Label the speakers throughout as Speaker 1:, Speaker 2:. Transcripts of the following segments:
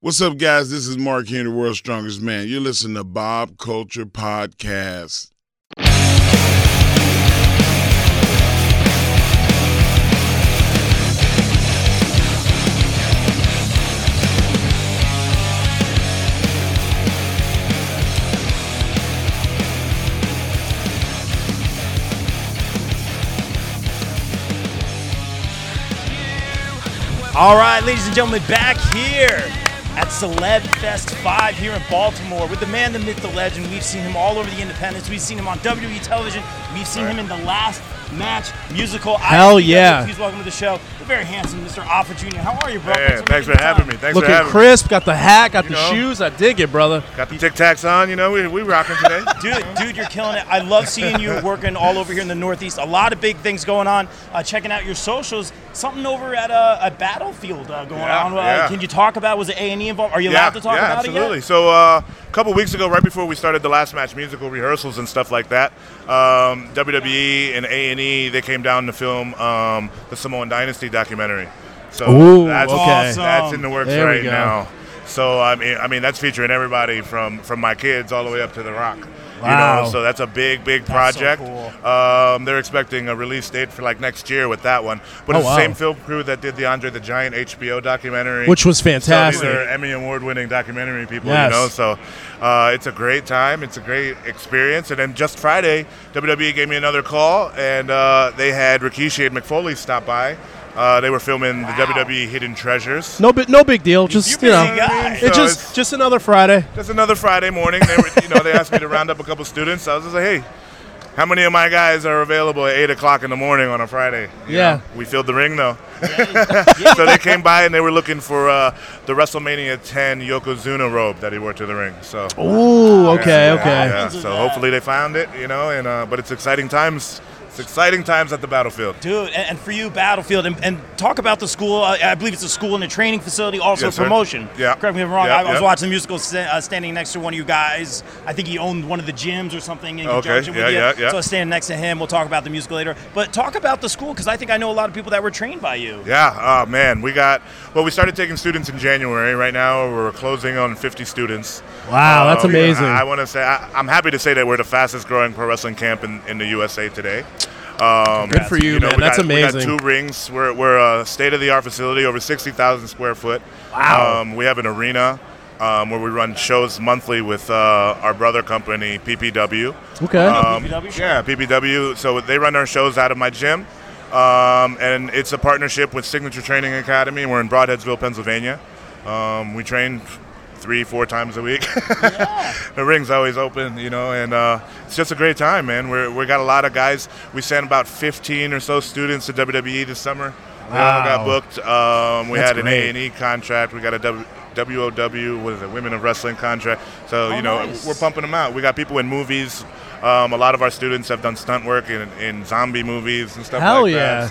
Speaker 1: What's up, guys? This is Mark here, the world's strongest man. You're listening to Bob Culture Podcast.
Speaker 2: All right, ladies and gentlemen, back here at Celeb Fest 5 here in Baltimore with the man, the myth, the legend. We've seen him all over the independents. We've seen him on WWE television. We've seen him in the last match musical.
Speaker 3: Hell yeah.
Speaker 2: Please welcome to the show, the very handsome Mr. Offa Jr. How are you, bro?
Speaker 4: Hey, thanks for
Speaker 2: making
Speaker 4: having me.
Speaker 2: time.
Speaker 4: Thanks for
Speaker 3: Looking
Speaker 4: having
Speaker 3: crisp, got the hat, got
Speaker 4: You
Speaker 3: the
Speaker 4: know?
Speaker 3: shoes. I dig it, brother.
Speaker 4: me. Got the Tic Tacs on, you know, we, we rocking today.
Speaker 2: Dude, dude, you're killing it. I love seeing you working all over here in the Northeast. A lot of big things going on. Uh, checking out your socials. Something over at uh, a battlefield uh, going
Speaker 4: Yeah,
Speaker 2: on. Uh,
Speaker 4: yeah.
Speaker 2: Can you talk about? Was it A and E involved? Are you allowed to talk
Speaker 4: yeah,
Speaker 2: about
Speaker 4: absolutely.
Speaker 2: it yet?
Speaker 4: So uh, a couple weeks ago, right before we started the last match musical rehearsals and stuff like that, um, WWE and A and E they came down to film um, the Samoan Dynasty documentary. So
Speaker 3: Ooh,
Speaker 4: that's
Speaker 3: okay.
Speaker 4: that's in the works
Speaker 3: There we
Speaker 4: right
Speaker 3: go.
Speaker 4: now. So I mean, I mean that's featuring everybody from from my kids all the way up to The Rock. You
Speaker 3: Wow.
Speaker 4: know, so that's a big, big
Speaker 2: That's so
Speaker 4: project.
Speaker 2: cool.
Speaker 4: um, they're expecting a release date for like next year with that one. But
Speaker 3: Oh,
Speaker 4: it's
Speaker 3: wow.
Speaker 4: the same film crew that did the Andre the Giant HBO documentary,
Speaker 3: Which was
Speaker 4: So these are
Speaker 3: fantastic.
Speaker 4: Emmy award-winning documentary people,
Speaker 3: Yes.
Speaker 4: you know. So uh, it's a great time. It's a great experience. And then just Friday, WWE gave me another call, and uh, they had Rikishi and McFoley stop by. Uh, they were filming the WWE Hidden Treasures.
Speaker 3: No, bi- no big deal. Just you
Speaker 2: busy
Speaker 3: know,
Speaker 2: guy.
Speaker 3: it's
Speaker 4: So
Speaker 3: just
Speaker 4: it's-
Speaker 3: just another Friday.
Speaker 4: Just another Friday morning. They were, you know, they asked me to round up a couple students. I was just like, hey. How many of my guys are available at eight o'clock in the morning on a Friday? You
Speaker 3: Yeah.
Speaker 4: know, we filled the ring though. so they came by and they were looking for uh, the WrestleMania 10 Yokozuna robe that he wore to the ring. So
Speaker 3: Ooh, Oh, okay,
Speaker 4: Yeah,
Speaker 3: okay.
Speaker 4: yeah.
Speaker 2: Happens with
Speaker 4: So
Speaker 2: that.
Speaker 4: hopefully they found it, you know. And uh, but it's exciting times. It's exciting times at the battlefield.
Speaker 2: Dude, and, and for you, Battlefield, and, and talk about the school. Uh, I believe it's a school and a training facility, also
Speaker 4: Yes, sir.
Speaker 2: promotion.
Speaker 4: Yeah.
Speaker 2: Correct me if I'm wrong.
Speaker 4: Yeah,
Speaker 2: I was
Speaker 4: yeah.
Speaker 2: watching the musical sta- uh, standing next to one of you guys. I think he owned one of the gyms or something in
Speaker 4: Okay,
Speaker 2: conjunction with
Speaker 4: yeah,
Speaker 2: you.
Speaker 4: yeah, yeah.
Speaker 2: So I was standing next to him. We'll talk about the musical later. But talk about the school, because I think I know a lot of people that were trained by you.
Speaker 4: Yeah, oh man, we got. Well, we started taking students in January. Right now, we're closing on 50 students.
Speaker 3: Wow, that's amazing.
Speaker 4: Oh, I, want to say I, I'm happy to say that we're the fastest growing pro wrestling camp in, in the USA today. Um,
Speaker 3: Good for you, man.
Speaker 4: we
Speaker 3: That's
Speaker 4: got- We
Speaker 3: amazing.
Speaker 4: got two rings. We're, we're a state of the art facility, over 60,000 square foot.
Speaker 3: Wow.
Speaker 4: Um, we have an arena um, where we run shows monthly with uh, our brother company, PPW.
Speaker 3: Okay.
Speaker 4: Um,
Speaker 2: PPW show?
Speaker 4: yeah, PPW. So they run our shows out of my gym, um, and it's a partnership with Signature Training Academy. We're in Broadheadsville, Pennsylvania. Um, we train three, four times a week. the ring's always open, you know, and uh, it's just a great time, man. We're, we got a lot of guys. We sent about 15 or so students to WWE this summer. They all
Speaker 3: Wow.
Speaker 4: got booked. Um, we
Speaker 3: That's
Speaker 4: had an
Speaker 3: great.
Speaker 4: A and E contract. We got a W. WOW, what is it, Women of Wrestling contract. So,
Speaker 2: Oh,
Speaker 4: you know,
Speaker 2: nice.
Speaker 4: we're pumping them out. We got people in movies. Um, a lot of our students have done stunt work in, in zombie movies and stuff
Speaker 3: Hell
Speaker 4: like
Speaker 3: yeah.
Speaker 4: that.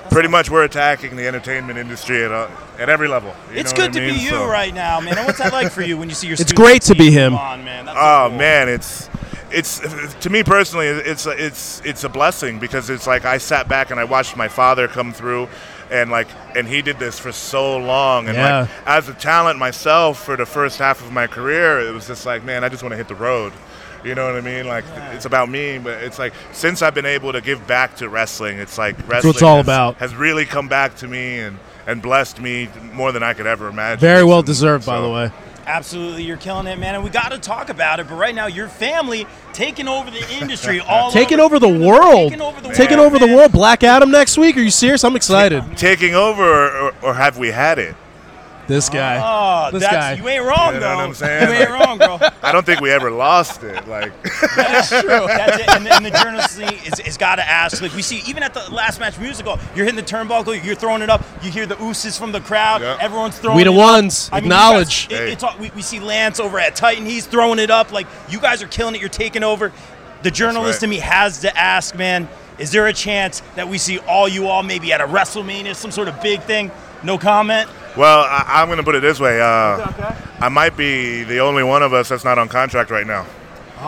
Speaker 4: So, pretty much we're attacking the entertainment industry at, uh, at every level. You
Speaker 2: it's
Speaker 4: know what
Speaker 2: good
Speaker 4: I
Speaker 2: to be
Speaker 4: mean?
Speaker 2: you
Speaker 4: So-
Speaker 2: right now, man. And what's that like for you when you see your
Speaker 3: It's
Speaker 2: students
Speaker 3: great to be
Speaker 2: leading
Speaker 3: him.
Speaker 2: you On, man. That's so
Speaker 4: Oh
Speaker 2: cool.
Speaker 4: man, it's it's to me personally, it's it's it's a blessing because it's like I sat back and I watched my father come through, and like and he did this for so long, and
Speaker 3: Yeah.
Speaker 4: like as a talent myself for the first half of my career, it was just like man, I just want to hit the road. You know what I mean? Like it's about me, but it's like since I've been able to give back to wrestling, it's like wrestling
Speaker 3: what it's all
Speaker 4: has,
Speaker 3: about.
Speaker 4: has really come back to me and and blessed me more than I could ever imagine.
Speaker 3: Very well
Speaker 4: And
Speaker 3: deserved, by
Speaker 4: so-
Speaker 3: the way.
Speaker 2: Absolutely, you're killing it, man. And we got to talk about it. But right now, your family taking over the industry all
Speaker 3: Taking
Speaker 2: over,
Speaker 3: over the world.
Speaker 2: Taking over the
Speaker 3: Taking
Speaker 2: world.
Speaker 3: over the
Speaker 2: man.
Speaker 3: world. Black Adam next week. Are you serious? I'm excited.
Speaker 4: Taking over, or, or have we had it?
Speaker 3: This guy.
Speaker 2: Oh,
Speaker 3: this
Speaker 2: that's,
Speaker 3: guy.
Speaker 2: you ain't wrong
Speaker 4: You know
Speaker 2: though.
Speaker 4: what I'm saying?
Speaker 2: You ain't wrong, bro.
Speaker 4: I don't think we ever lost it. Like,
Speaker 2: That's true. That's it. And the, and the journalist is, is got to ask. Like we see, even at the last match musical, you're hitting the turnbuckle, you're throwing it up. You hear the ooses from the crowd.
Speaker 4: Yeah.
Speaker 2: Everyone's throwing.
Speaker 3: We the
Speaker 2: it up.
Speaker 3: ones.
Speaker 2: I mean, you
Speaker 3: Acknowledge.
Speaker 2: guys- it-
Speaker 4: Hey.
Speaker 2: it's all- we, we see Lance over at Titan. He's throwing it up. Like you guys are killing it. You're taking over. The journalist
Speaker 4: right.
Speaker 2: in me has to ask, man. Is there a chance that we see all you all maybe at a WrestleMania, some sort of big thing? No comment.
Speaker 4: well, I, I'm going to put it this way. Uh,
Speaker 2: okay.
Speaker 4: I might be the only one of us that's not on contract right now.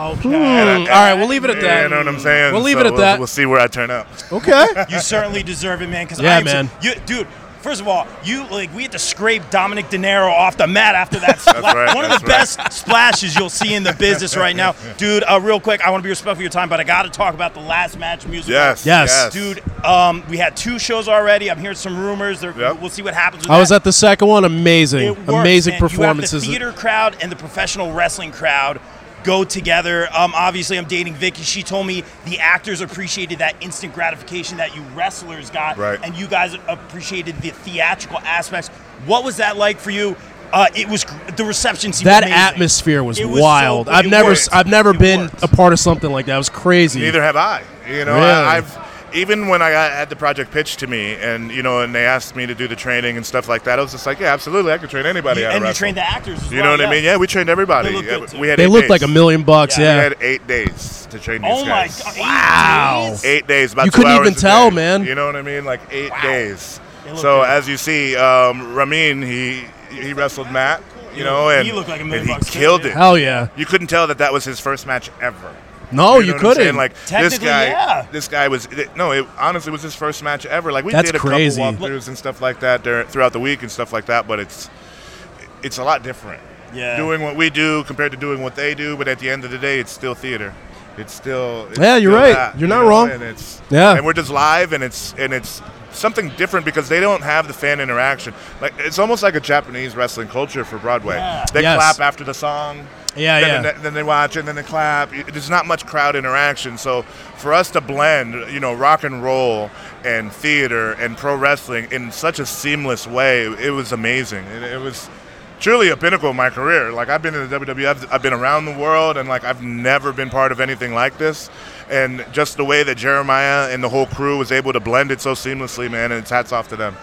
Speaker 2: Okay.
Speaker 3: Mm, all right, we'll leave it at that.
Speaker 4: You know what I'm saying?
Speaker 3: We'll leave it
Speaker 4: So
Speaker 3: at that.
Speaker 4: We'll see where I turn up.
Speaker 3: Okay.
Speaker 2: You certainly deserve it, man. Because
Speaker 3: Yeah,
Speaker 2: I am
Speaker 3: man.
Speaker 2: you, dude. First of all, you like we had to scrape Dominic De Niro off the mat after that splash.
Speaker 4: right,
Speaker 2: One of the
Speaker 4: that's
Speaker 2: best splashes you'll see in the business right now, dude. Uh, real quick, I want to be respectful of your time, but I got to talk about the last match musical.
Speaker 4: Yes.
Speaker 3: Yes.
Speaker 2: dude. Um, we had two shows already. I'm hearing some rumors. There,
Speaker 4: Yep.
Speaker 2: We'll see what happens. With
Speaker 3: I
Speaker 2: that.
Speaker 3: was at the second one. Amazing,
Speaker 2: It works,
Speaker 3: amazing
Speaker 2: man.
Speaker 3: performances.
Speaker 2: You have the theater crowd and the professional wrestling crowd go together. Um, obviously, I'm dating Vicky. She told me the actors appreciated that instant gratification that you wrestlers got,
Speaker 4: Right.
Speaker 2: and you guys appreciated the theatrical aspects. What was that like for you? Uh, it was gr- the reception seemed
Speaker 3: that
Speaker 2: amazing.
Speaker 3: atmosphere was,
Speaker 2: It so
Speaker 3: wild.
Speaker 2: good.
Speaker 3: I've
Speaker 2: It
Speaker 3: never,
Speaker 2: worked.
Speaker 3: I've never
Speaker 2: It
Speaker 3: been
Speaker 2: worked.
Speaker 3: a part of something like that. It was crazy.
Speaker 4: Neither have I. You know,
Speaker 3: Really?
Speaker 4: I, I've even when I got, had the project pitched to me, and you know, and they asked me to do the training and stuff like that, I was just like, yeah, absolutely, I could train anybody.
Speaker 2: You-
Speaker 4: out
Speaker 2: and
Speaker 4: of
Speaker 2: you
Speaker 4: wrestling.
Speaker 2: trained the actors. As
Speaker 4: You
Speaker 2: well,
Speaker 4: know what
Speaker 2: yeah.
Speaker 4: I mean? Yeah, we trained everybody.
Speaker 2: They looked
Speaker 4: Yeah,
Speaker 2: good, too.
Speaker 4: we had
Speaker 3: they
Speaker 4: eight
Speaker 3: looked
Speaker 4: days.
Speaker 3: like a million bucks.
Speaker 2: Yeah.
Speaker 4: We
Speaker 3: Yeah,
Speaker 4: had eight days to train these
Speaker 2: Oh my
Speaker 4: guys.
Speaker 2: god!
Speaker 3: Wow.
Speaker 2: Wow.
Speaker 4: Eight days. About
Speaker 3: You
Speaker 4: two
Speaker 3: couldn't
Speaker 4: hours
Speaker 3: even
Speaker 4: a
Speaker 3: tell,
Speaker 4: day.
Speaker 3: man.
Speaker 4: You know what I mean? Like eight days.
Speaker 2: They look
Speaker 4: So
Speaker 2: good.
Speaker 4: as you see, um, Ramin, he he wrestled Matt. You know,
Speaker 2: He
Speaker 4: and
Speaker 2: looked like a million
Speaker 4: and he
Speaker 2: bucks, too,
Speaker 4: killed
Speaker 2: dude.
Speaker 4: it.
Speaker 3: hell yeah.
Speaker 4: You couldn't tell that that was his first match ever.
Speaker 3: No, Oh, you,
Speaker 4: know what I'm saying?
Speaker 3: couldn't.
Speaker 4: Like this
Speaker 2: Technically,
Speaker 4: guy,
Speaker 2: yeah.
Speaker 4: this guy was it- no. It honestly was his first match ever. Like we
Speaker 3: That's
Speaker 4: did a
Speaker 3: crazy.
Speaker 4: couple walkthroughs and stuff like that dur throughout the week and stuff like that. But it's it's a lot different.
Speaker 2: Yeah.
Speaker 4: Doing what we do compared to doing what they do, but at the end of the day, it's still theater. It's still it's
Speaker 3: Yeah, you're
Speaker 4: still
Speaker 3: right.
Speaker 4: that,
Speaker 3: You're
Speaker 4: you
Speaker 3: not
Speaker 4: know?
Speaker 3: wrong.
Speaker 4: And it's
Speaker 3: Yeah.
Speaker 4: and we're just live, and it's and it's something different because they don't have the fan interaction. Like it's almost like a Japanese wrestling culture for Broadway.
Speaker 2: Yeah.
Speaker 4: They
Speaker 3: Yes.
Speaker 4: clap after the song
Speaker 3: Yeah,
Speaker 4: then,
Speaker 3: yeah.
Speaker 4: Then, then they watch and then they clap. It- There's not much crowd interaction. So for us to blend, you know, rock and roll and theater and pro wrestling in such a seamless way, it was amazing. It, it was truly a pinnacle of my career. Like I've been in the WWF, I've, I've been around the world, and like I've never been part of anything like this. And just the way that Jeremiah and the whole crew was able to blend it so seamlessly, man, and it's hats off to them.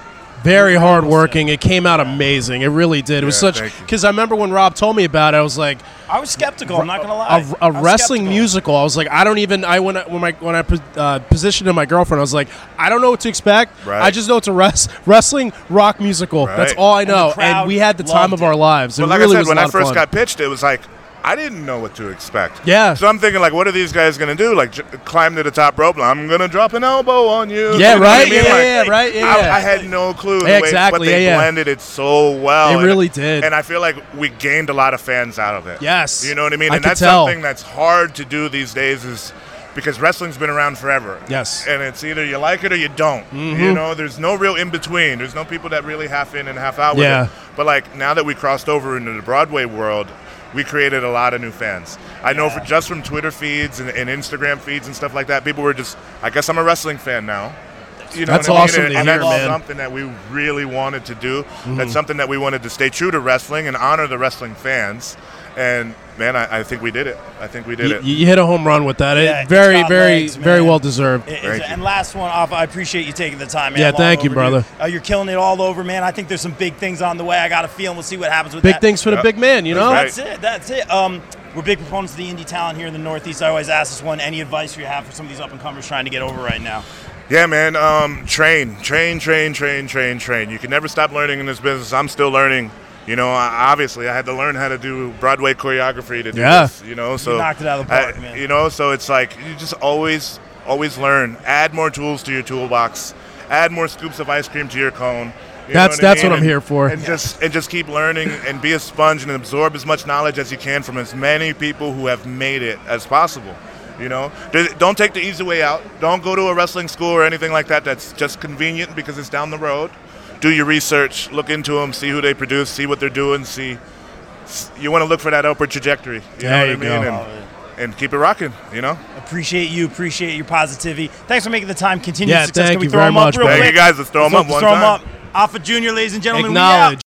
Speaker 3: Very hard working. It came out amazing. It really did. It was
Speaker 4: Yeah,
Speaker 3: such
Speaker 4: thank you.
Speaker 3: because I remember when Rob told me about it, I was like,
Speaker 2: I was skeptical. I'm not gonna lie.
Speaker 3: a,
Speaker 2: I
Speaker 3: a
Speaker 2: was
Speaker 3: wrestling
Speaker 2: skeptical.
Speaker 3: musical. I was like, I don't even. I when I when, my, when I pos- uh, positioned to my girlfriend, I was like, I don't know what to expect.
Speaker 4: Right.
Speaker 3: I just know it's a res- wrestling rock musical. That's
Speaker 4: Right.
Speaker 3: all I
Speaker 2: the
Speaker 3: know. And,
Speaker 2: crowd
Speaker 3: we had the time
Speaker 2: loved
Speaker 3: of
Speaker 2: it.
Speaker 3: our lives. It
Speaker 4: But like
Speaker 3: really
Speaker 4: I
Speaker 3: was a
Speaker 4: said, when
Speaker 3: lot
Speaker 4: I
Speaker 3: of
Speaker 4: first
Speaker 3: fun.
Speaker 4: got pitched, it was like I didn't know what to expect.
Speaker 3: Yeah.
Speaker 4: So I'm thinking like, what are these guys gonna do? Like, j- climb to the top rope? Like, I'm gonna drop an elbow on
Speaker 3: Yeah,
Speaker 4: you. You know what
Speaker 3: right?
Speaker 4: I mean?
Speaker 3: Yeah,
Speaker 4: Like,
Speaker 3: yeah, right? Yeah.
Speaker 4: I, I had no clue. the
Speaker 3: Yeah,
Speaker 4: way-
Speaker 3: exactly,
Speaker 4: But they
Speaker 3: yeah, yeah.
Speaker 4: blended it so well.
Speaker 3: They
Speaker 4: And-
Speaker 3: really did.
Speaker 4: And I feel like we gained a lot of fans out of it.
Speaker 3: Yes.
Speaker 4: You know what I mean?
Speaker 3: I
Speaker 4: and
Speaker 3: could
Speaker 4: that's
Speaker 3: tell.
Speaker 4: something that's hard to do these days is. Because wrestling's been around forever.
Speaker 3: Yes. Mm-hmm.
Speaker 4: And it's either you like it or you don't. You know, there's no real in between. There's no people that really half in and half out with
Speaker 3: Yeah.
Speaker 4: it. But like now that we crossed over into the Broadway world, we created a lot of new fans. I know for just from Twitter feeds and, and Instagram feeds and stuff like that, people were just, I guess I'm a wrestling fan now. You know
Speaker 3: That's
Speaker 4: what I mean?
Speaker 3: awesome
Speaker 4: And-
Speaker 3: to
Speaker 4: and
Speaker 3: hear,
Speaker 4: that's
Speaker 3: man. Mm-hmm.
Speaker 4: something that we really wanted to do. That's something that we wanted to stay true to wrestling and honor the wrestling fans. And man, I, I think we did it. I think we did
Speaker 3: You,
Speaker 4: it.
Speaker 3: you hit a home run with that. It-
Speaker 2: Yeah, it's
Speaker 3: very,
Speaker 2: got
Speaker 3: very,
Speaker 2: legs,
Speaker 3: very
Speaker 2: man.
Speaker 3: well deserved.
Speaker 2: It-
Speaker 4: Thank
Speaker 2: it's-
Speaker 4: you.
Speaker 2: and last one, Alpha, I appreciate you taking the time. Man.
Speaker 3: Yeah,
Speaker 2: Long
Speaker 3: thank you,
Speaker 2: overdue.
Speaker 3: brother.
Speaker 2: Uh, you're killing it all over, man. I think there's some big things on the way. I got a feeling. We'll see what happens with
Speaker 3: Big
Speaker 2: that.
Speaker 3: things for the
Speaker 4: Yeah.
Speaker 3: big man, you
Speaker 4: That's
Speaker 3: know.
Speaker 4: right.
Speaker 2: That's it. That's it. Um, we're big proponents of the indie talent here in the Northeast. I always ask this one: any advice you have for some of these up and comers trying to get over right now?
Speaker 4: Yeah, man. Um, train, train, train, train, train, train. You can never stop learning in this business. I'm still learning. You know, I, obviously, I had to learn how to do Broadway choreography to do
Speaker 3: Yeah.
Speaker 4: this. You know, so
Speaker 2: knocked it out of the park,
Speaker 4: I-
Speaker 2: man.
Speaker 4: You know, so it's like you just always, always learn. Add more tools to your toolbox. Add more scoops of ice cream to your cone. You know
Speaker 3: That's-
Speaker 4: I
Speaker 3: that's what
Speaker 4: mean?
Speaker 3: I'm
Speaker 4: And-
Speaker 3: here for.
Speaker 4: And just and just keep learning and be a sponge and absorb as much knowledge as you can from as many people who have made it as possible. You know, Th- don't take the easy way out. Don't go to a wrestling school or anything like that. That's just convenient because it's down the road. Do your research, look into them, see who they produce, see what they're doing, see. s- You want to look for that upward trajectory. You
Speaker 3: There
Speaker 4: know
Speaker 3: you
Speaker 4: what
Speaker 3: go.
Speaker 4: I mean?
Speaker 2: Love it.
Speaker 4: And, and keep it rocking. You know.
Speaker 2: Appreciate you. Appreciate your positivity. Thanks for making the time. Continue
Speaker 3: Yeah,
Speaker 2: success.
Speaker 3: thank
Speaker 2: Can we
Speaker 3: you
Speaker 2: throw
Speaker 3: very
Speaker 2: them up
Speaker 3: much,
Speaker 2: real
Speaker 3: brother.
Speaker 4: Thank
Speaker 2: quick?
Speaker 4: you guys. Let's throw 'em
Speaker 2: Let's
Speaker 4: up one
Speaker 2: throw 'em
Speaker 4: time.
Speaker 2: up. Alpha Junior, ladies and gentlemen. we out.
Speaker 3: Acknowledge.